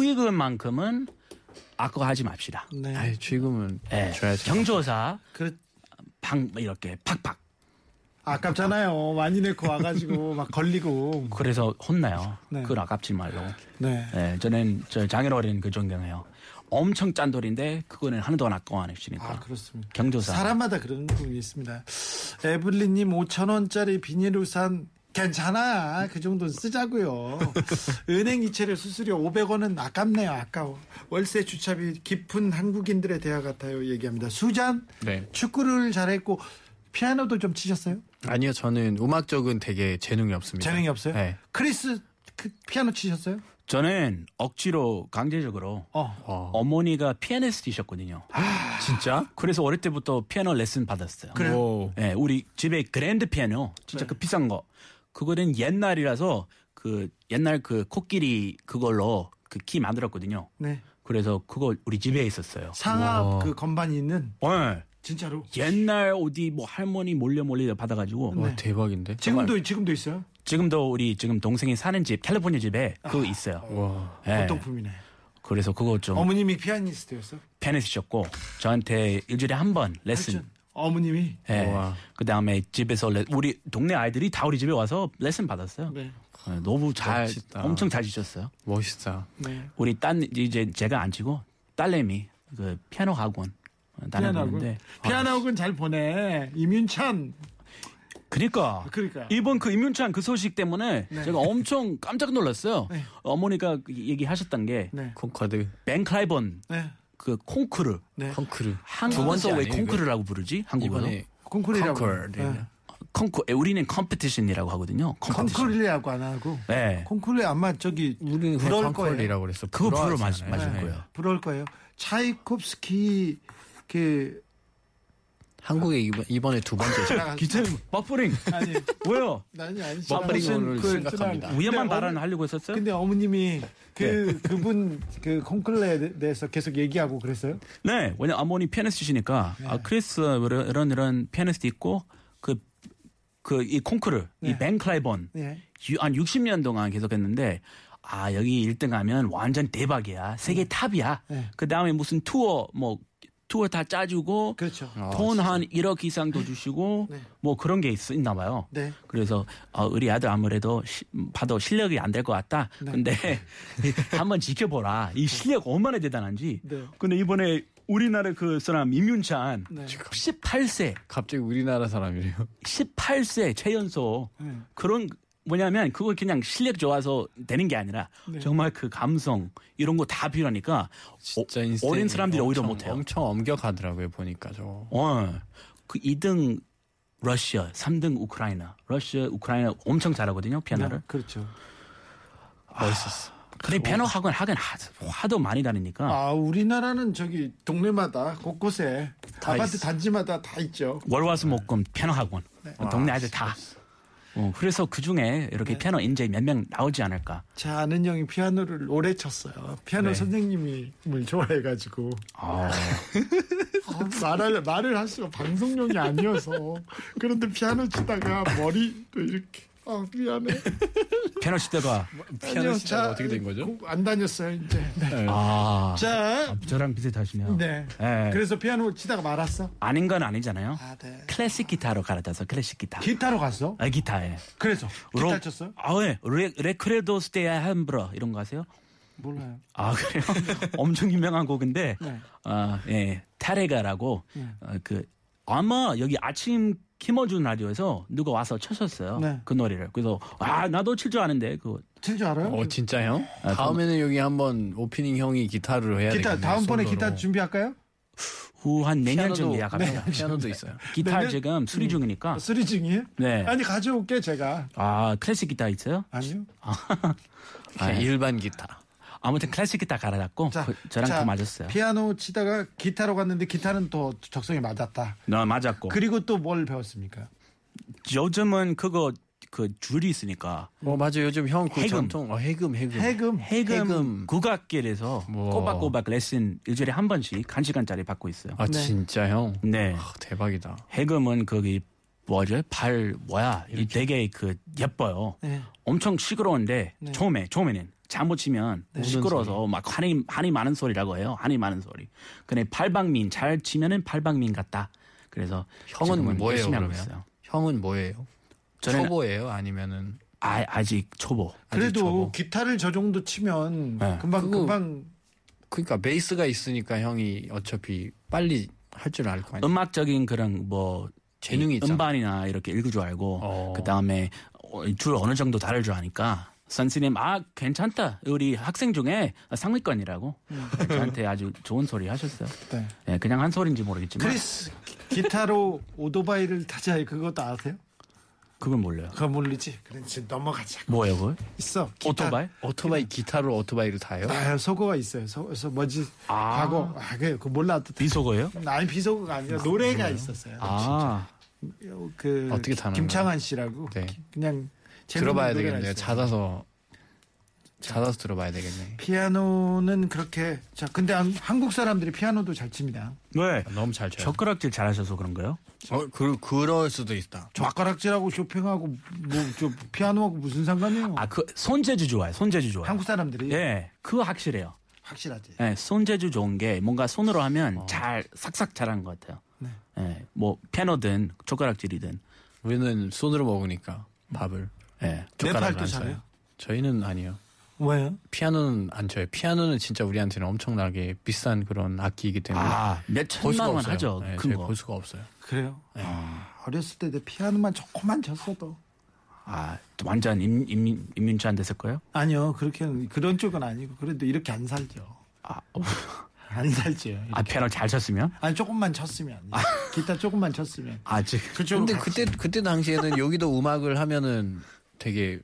추위금만큼은 아까워하지 맙시다. 네. 아이, 지금은 예. 줘야죠. 경조사, 그렇 방, 이렇게 팍팍. 아깝잖아요. 많이 내고 와가지고 막 걸리고. 그래서 혼나요. 네. 그걸 아깝지 말고. 네. 예, 저는 저 장애로리는 그 존경해요. 엄청 짠 돌인데 그거는 하나도 안 아까워 안 하시니까. 아 그렇습니다. 경조사. 사람마다 그런 부분이 있습니다. 에블린님 5천 원짜리 비닐우산 괜찮아. 그 정도는 쓰자고요. 은행 이체를 수수료 500원은 아깝네요. 아까워. 월세 주차비 깊은 한국인들의 대화 같아요. 얘기합니다. 수잔 네. 축구를 잘했고 피아노도 좀 치셨어요? 아니요, 저는 음악 쪽은 되게 재능이 없습니다. 재능이 없어요? 네. 크리스 그 피아노 치셨어요? 저는 억지로 강제적으로 어. 어. 어머니가 피아니스트이셨거든요. 진짜? 그래서 어릴 때부터 피아노 레슨 받았어요. 그래요? 오. 예, 우리 집에 그랜드 피아노 진짜 그 비싼 거. 그거는 옛날이라서 그 옛날 그 코끼리 그걸로 그 키 만들었거든요. 네. 그래서 그거 우리 집에 있었어요. 상하 그 건반이 있는 예. 진짜로. 옛날 어디 뭐 할머니 몰래 몰래 받아가지고 와, 어, 대박인데. 네. 지금도 지금도 있어요? 지금도 우리 지금 동생이 사는 집 캘리포니아 집에 그거 있어요. 와. 예. 보통품이네. 그래서 그거 좀 어머님이 피아니스트였어? 팬했으셨고 저한테 일주일에 한 번 레슨. 어머님이 예. 우와. 그 다음에 집에서 레, 우리 동네 아이들이 다 우리 집에 와서 레슨 받았어요. 네. 예, 너무 잘 멋지다. 엄청 잘 치셨어요. 멋있다. 네. 우리 딴 이제 제가 안 치고 딸내미 그 피아노 학원 어, 다녔는데 피아노군 잘 보내. 이윤찬 그러니까 그러니까. 이번 그 임윤찬 그 소식 때문에 제가 엄청 깜짝 놀랐어요. 네. 어머니가 그 얘기하셨던 게 네. 콩카드. 벤클라이번 네. 그 콩쿠르 네. 콩크르. 한국에서 왜 아니에요, 이거? 콩쿠르라고 부르지? 한국어로 이번에 콩쿠리라고. 콩쿨. 네. 네. 콩쿠 에, 우리는 컴피티션이라고 하거든요. 컴피티션. 콩쿠리라고 안 하고. 네. 콩쿠리 아마 저기 우리는 불어올 그냥 거예요. 콩쿨이라고 그랬어. 그거 불어 불어하지 맞, 않아요. 맞을 네. 거예요. 부러울 거예요. 차이콥스키 그 한국에 이번, 이번에 두 번째. 아, 기자님 버퍼링 아니 왜요? 아니 아니 버퍼링을 그- 생각합니다. 근데 위험한 발언 어머- 하려고 했었어요? 근데 어머님이 그 그분 그 콩클레에 대해서 계속 얘기하고 그랬어요? 네, 왜냐 어머니 피아니스트시니까 네. 아 크리스 이런 이런- 이런 피아니스트 있고 그 그 이 콩쿠르 이 벤클라이번 네. 유- 한 60년 동안 계속했는데 아 여기 1등 하면 완전 대박이야 세계 탑이야 네. 그 다음에 무슨 투어 뭐 투어 다 짜주고 그렇죠. 돈 한 1억 이상도 주시고 뭐 그런 게 있, 있나 봐요 네. 그래서 어, 우리 아들 아무래도 시- 봐도 실력이 안 될 것 같다 네. 근데 한번 지켜보라 이 실력 얼마나 대단한지 네. 근데 이번에 우리나라 그 사람 임윤찬 네. 18세 갑자기 우리나라 어, 사람이래요. 18세 최연소 네. 그런 뭐냐면 그거 그냥 실력 좋아서 되는 게 아니라 네. 정말 그 감성 이런 거 다 필요하니까 진짜 어, 인생 어린 사람들이 오히려 엄청- 못해요. 엄청 엄격하더라고요 보니까 저. 어, 그 2등 러시아, 3등 우크라이나, 러시아, 우크라이나 엄청 잘하거든요 피아노를. 그렇죠. 멋있었어. 근데 피아노 학원 하긴 하- 하도 많이 다니니까 아 우리나라는 저기 동네마다 곳곳에 아파트 단지마다 다 있죠. 월화수목금 피아노 학원 뭐 동네 아주 다. 어, 그래서 그 중에 이렇게 네. 피아노 인재 몇 명 나오지 않을까. 제 아는 형이 피아노를 오래 쳤어요. 네. 피아노 선생님을 좋아해가지고 아, 아, 말할 말을 할 수가 방송용이 아니어서 그런데 피아노 치다가 머리도 이렇게 아 미안해. 피아노 시대가 아니요, 피아노 시장 자, 어떻게 된 거죠? 고- 안 다녔어요 이제. 네. 아, 자, 저랑 비슷하시네요. 네. 예. 그래서 피아노 치다가 말았어. 아닌 건 아니잖아요. 아, 네. 클래식 기타로 갈아타서 클래식 기타. 기타로 갔어. 아, 기타에. 그래서 기타 쳤어요. 아, 예. 레, 레크레도스 데야 함브러 이런 거 아세요? 몰라요. 아 그래요? 엄청 유명한 곡인데 네. 아, 예, 타레가라고 네. 어, 그 아마 여기 아침 김어준 라디오에서 누가 와서 쳤었어요 네. 그 노래를 그래서 아 나도 칠 줄 아는데 그 틀줄 알아요? 어 진짜 형? 아, 다음에는 여기 한번 오프닝 형이 기타를 해야 기타 되겠네요, 다음번에 솔로로. 기타 준비할까요? 후 한 내년쯤 피아노도- 네, 예약합니다. 피아노도 있어요. 기타 내년? 지금 수리 중이니까. 쓰리 중이에요? 네. 아니 가져올게 제가. 아 클래식 기타 있어요? 아니요. 아, 일반 기타. 아무튼 클래식 기타 갈아놨고 그- 저랑 다 맞았어요. 피아노 치다가 기타로 갔는데 기타는 더 적성에 맞았다. 나 맞았고. 그리고 또 뭘 배웠습니까? 요즘은 그거 그 줄이 있으니까 어 맞아 요즘 형 그 해금. 전통 어 해금 해금. 해금. 네. 해금, 해금. 국악길에서 우와. 꼬박꼬박 레슨 일주일에 한 번씩 한 시간짜리 받고 있어요. 아 진짜 형. 네. 아, 대박이다. 해금은 거기 뭐죠? 발 뭐야? 이 되게 그 예뻐요. 네. 엄청 시끄러운데 네. 처음에 처음에는 잘못 치면 시끄러워서 막 한이 한이 많은 소리라고 해요. 한이 많은 소리. 근데 팔방민 잘 치면은 팔방민 같다. 그래서 형은 지금은 뭐예요, 열심히 하고 그러면? 있어요. 형은 뭐예요? 저는- 초보예요 아니면은 아, 아직 초보. 그래도 저거. 기타를 저 정도 치면 네. 금방 그거- 금방 그러니까 베이스가 있으니까 형이 어차피 빨리 할 줄 알 거 아니야. 음악적인 그런 뭐 재능이 이 있잖아. 음반이나 이렇게 읽을 줄 알고 어. 그다음에 어, 줄 어느 정도 다를 줄 아니까 선생님 아 괜찮다. 우리 학생 중에 상위권이라고 음. 저한테 아주 좋은 소리 하셨어요. 네. 예, 그냥 한 소리인지 모르겠지만 크리스 기- 기타로 오토바이를 타자 그것도 아세요? 그건 몰라요. 그거 모르지. 그렇지 넘어가자. 뭐예요, 그걸? 있어. 기타. 오토바이? 오토바이 기타로 오토바이를 타요? 아, 속어가 있어요. 속어 서 뭐지? 아. 과거. 아, 그, 그 몰라. 비속어예요? 아니 비속어가 아니라 노래가 있었어요. 아, 그 어떻게 타는 김창환 씨라고 네. 그냥 재밌는 들어봐야 노래가 되겠네요. 있어요. 찾아서 찾아서 들어봐야 되겠네. 피아노는 그렇게 자 근데 한- 한국 사람들이 피아노도 잘 칩니다. 왜? 아, 너무 잘 쳐요. 젓가락질 잘하셔서 그런가요? 어, 그 그럴 수도 있다. 젓가락질하고 쇼핑하고 뭐저 피아노하고 무슨 상관이에요? 아, 그 손재주 좋아요. 손재주 좋아요. 한국 사람들이 예, 그거 확실해요. 네 확실하지. 예, 손재주 좋은 게 뭔가 손으로 하면 어. 잘 싹싹 잘하는 것 같아요. 네. 예, 뭐 피아노든 젓가락질이든. 우리는 손으로 먹으니까 밥을 예. 젓가락으로 네팔도 안 잘해요? 쳐요. 저희는 아니요. 왜요? 피아노는 안 쳐요. 피아노는 진짜 우리한테는 엄청나게 비싼 그런 악기이기 때문에 아, 몇 볼 수가 천만 원 없어요. 하죠. 네, 큰 저희 거. 볼 수가 없어요. 그래요? 네. 아, 어렸을 때 내 피아노만 조금만 쳤어도 아, 완전 임, 임, 임윤치 안 됐을 거예요? 아니요 그렇게는 그런 쪽은 아니고 그래도 이렇게 안 살죠. 아, 어. 안 살죠. 아 피아노 잘 쳤으면? 아니 조금만 쳤으면 아. 기타 조금만 쳤으면 아, 지금. 그쪽으로 근데 갔지. 그때 그때 당시에는 여기도 음악을 하면은 되게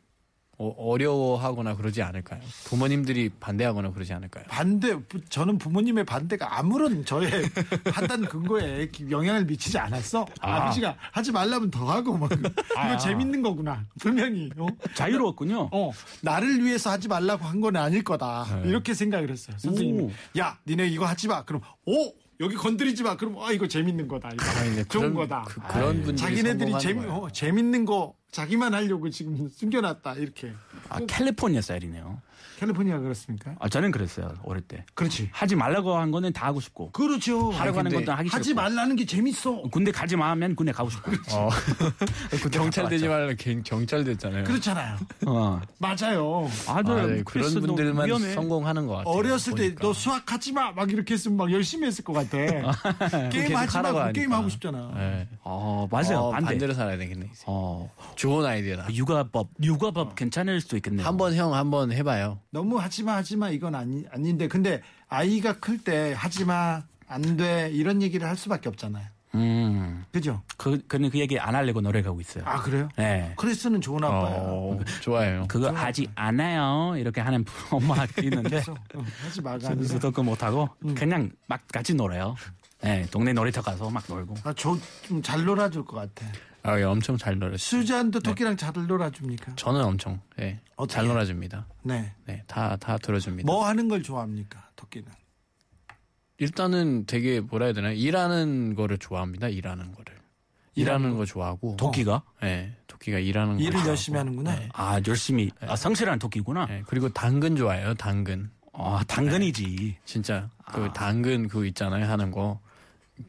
어, 려워하거나 그러지 않을까요? 부모님들이 반대하거나 그러지 않을까요? 반대 저는 부모님의 반대가 아무런 저의 판단 근거에 영향을 미치지 않았어. 아. 버지가 하지 말라면 더 하고 막 아. 이거 재밌는 거구나 분명히 어? 자유로웠군요. 어, 나를 위해서 하지 말라고 한 건 아닐 거다 네. 이렇게 생각을 했어요 선생님. 야 니네 이거 하지 마. 그럼 오 여기 건드리지 마. 그럼 아 이거 재밌는 거다. 이거 이제 좋은 그런- 거다. 그- 그런 분들이 자기네들이 성공하는 재미 거예요. 어, 재밌는 거 자기만 하려고 지금 숨겨놨다 이렇게. 아, 어. 캘리포니아 스타일이네요. 캘리포니아 그렇습니까? 아, 저는 그랬어요. 어릴 때. 그렇지. 하지 말라고 한 거는 다 하고 싶고 그렇죠. 하라고 하는 근데 것도 하기 그, 싫고 하지 말라는 게 재밌어. 군대 가지 마면 군대 가고 싶고 그렇죠. 그 경찰 되지 말라 경찰 됐잖아요. 그렇잖아요. 어. 맞아요. 아들 아, 네. 그런 그런 분들만 성공하는 것 같아요. 그러니까. 어렸을 때 보니까. 너 수학 하지 마! 막 이렇게 했으면 막 열심히 했을 것 같아. 게임 계속 하지 하라고 마! 하니까. 게임 하고 싶잖아. 네. 어 맞아요 어, 반대 반대로 살아야 되겠네. 이제. 어 좋은 아이디어다. 예. 육아법 육아법 괜찮을 수도 있겠네요 어. 한번 형 한번 해봐요. 너무 하지 마, 하지 마 이건 아니, 아닌데. 근데 아이가 클 때 하지 마, 안 돼. 이런 얘기를 할 수밖에 없잖아요. 음그 그죠? 그는 그 얘기 안 하려고 노력하고 있어요 아, 그래요? 네 크리스는 좋은 아빠예요. 어, 좋아요. 그거 하지 않아요 이렇게 하는 엄마 있는데 그래서 음. 어, 하지 마가 아니라. 그래서 그 못하고 그냥 막 같이 놀아요 네 동네 놀이터 가서 막 놀고 아, 저좀 잘 놀아줄 것 같아. 아, 예, 엄청 잘 놀았어요. 수잔도 토끼랑 잘 놀아줍니까? 저는 엄청 예, 어떻게? 잘 놀아줍니다. 네. 네, 다, 다 들어줍니다. 뭐 하는 걸 좋아합니까, 토끼는? 일단은 되게 뭐라 해야 되나 일하는 거를 좋아합니다. 일하는 거를 일하는 거 좋아하고 도끼가 예, 네, 도끼가 일하는 거 일을 좋아하고. 열심히 하는구나. 아 열심히 아, 성실한 토끼구나 예, 그리고 당근 좋아해요. 당근 아 예. 당근이지 진짜 그 당근 그 있잖아요 하는 거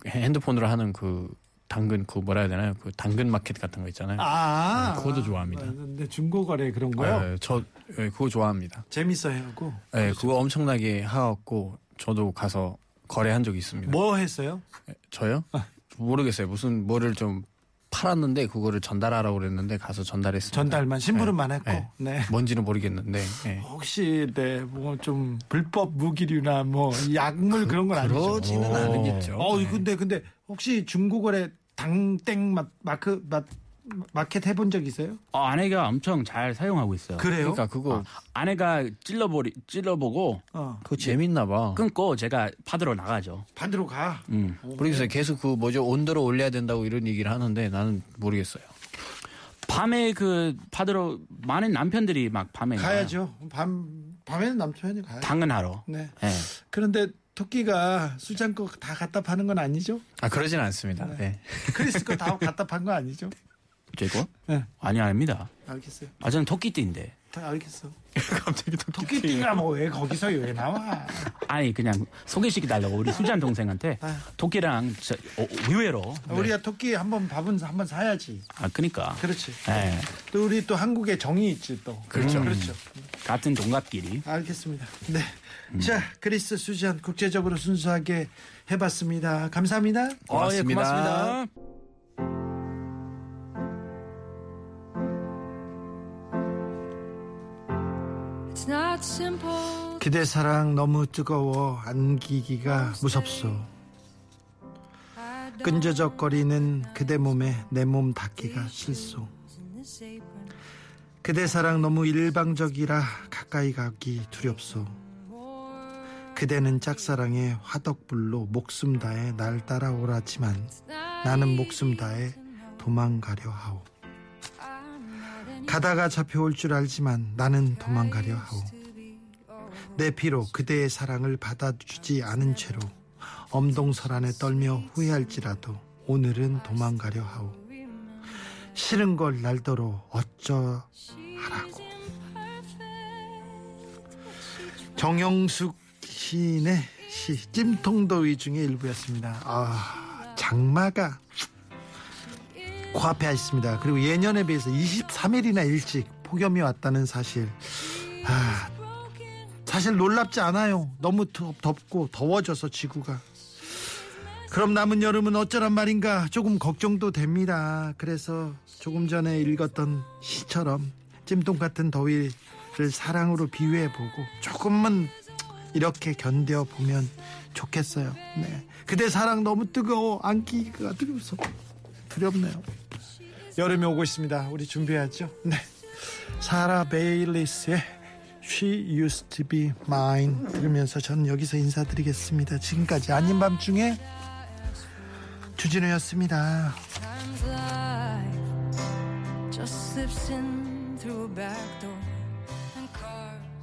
핸드폰으로 하는 그 당근 그 뭐라 해야 되나요? 그 당근 마켓 같은 거 있잖아요. 아, 네, 그것도 좋아합니다. 아, 근데 중고거래 그런 거요? 예, 저 예, 그거 좋아합니다. 재밌어요 하고 예, 그거 엄청나게 하고 저도 가서 거래한 적이 있습니다. 뭐 했어요? 저요? 아, 모르겠어요. 무슨 뭐를 좀 팔았는데 그거를 전달하라고 그랬는데 가서 전달했습니다. 전달만 심부름만 했고 예. 네. 뭔지는 모르겠는데. 예. 혹시 네뭐 좀 불법 무기류나 뭐 약물 그런 건 아니죠? 그러지는 않겠죠. 어, 근데 근데 혹시 중고거래 당땡 마, 마크 마, 마켓 해본 적 있어요? 어, 아내가 엄청 잘 사용하고 있어요. 그래요? 그러니까 그거 아내가 찔러보리 찔러보고 어, 그거 재밌나 봐. 끊고 제가 받으러 나가죠. 반대로 가. 음. 모르겠어요. 계속 그 뭐죠 온도를 올려야 된다고 이런 얘기를 하는데 나는 모르겠어요. 밤에 그 받으러 많은 남편들이 막 밤에 가야죠. 밤 밤에는 남편이 가요. 나와요. 네. 당근하러. 네. 예. 그런데 토끼가 수장거 다 갖다 파는 건 아니죠? 아 그러진 않습니다. 네. 크리스 거 다 갖다 판 거 아니죠? 제거? 네. 아니 아닙니다. 알겠어요. 아 저는 토끼띠인데. 다 알겠어. 갑자기 토끼띠가 뭐 왜 거기서 왜 나와? 아니 그냥 소개시켜 달라고 우리 수잔 동생한테 아. 토끼랑 저, 어, 의외로. 우리가 토끼 한번 밥은 한번 사야지. 아 그니까. 그렇지. 예. 또 우리 또 한국의 정이 있지 또. 그렇죠. 그렇죠. 같은 동갑끼리. 알겠습니다. 네. 자, 그리스 수잔 국제적으로 순수하게 해봤습니다. 감사합니다. 고맙습니다. 어, 예, 고맙습니다. It's not simple. 그대 사랑 너무 뜨거워 안기기가 무섭소. I don't 끈적적거리는 그대 몸에 내 몸 닿기가 싫소. in this apron 그대 사랑 너무 일방적이라 가까이 가기 두렵소. more. 그대는 짝사랑에 화덕불로 목숨 다해 날 따라오라지만 Not 나는 목숨 다해 도망가려 하오. I'm not any 가다가 잡혀올 줄 알지만 나는 도망가려 하오. to be or 내 피로 그대의 사랑을 받아주지 않은 채로 엄동설안에 떨며 후회할지라도 오늘은 도망가려 하오. 싫은 걸 날더러 어쩌 하라고. 정영숙 시인의 시 찜통더위 중의 일부였습니다. 아 장마가 코앞에 있습니다. 그리고 예년에 비해서 23일이나 일찍 폭염이 왔다는 사실. 아, 사실 놀랍지 않아요. 너무 덥- 덥고 더워져서 지구가. 그럼 남은 여름은 어쩌란 말인가 조금 걱정도 됩니다. 그래서 조금 전에 읽었던 시처럼 찜통 같은 더위를 사랑으로 비유해 보고 조금은 이렇게 견뎌 보면 좋겠어요. 네. 그대 사랑 너무 뜨거워 안기가 두렵소. 두렵네요. 여름이 오고 있습니다. 우리 준비하죠. 네. 사라 베일리스의 She Used to Be Mine 들으면서 저는 여기서 인사드리겠습니다. 지금까지 아닌 밤 중에 주진우였습니다. times life just slips in through a back door.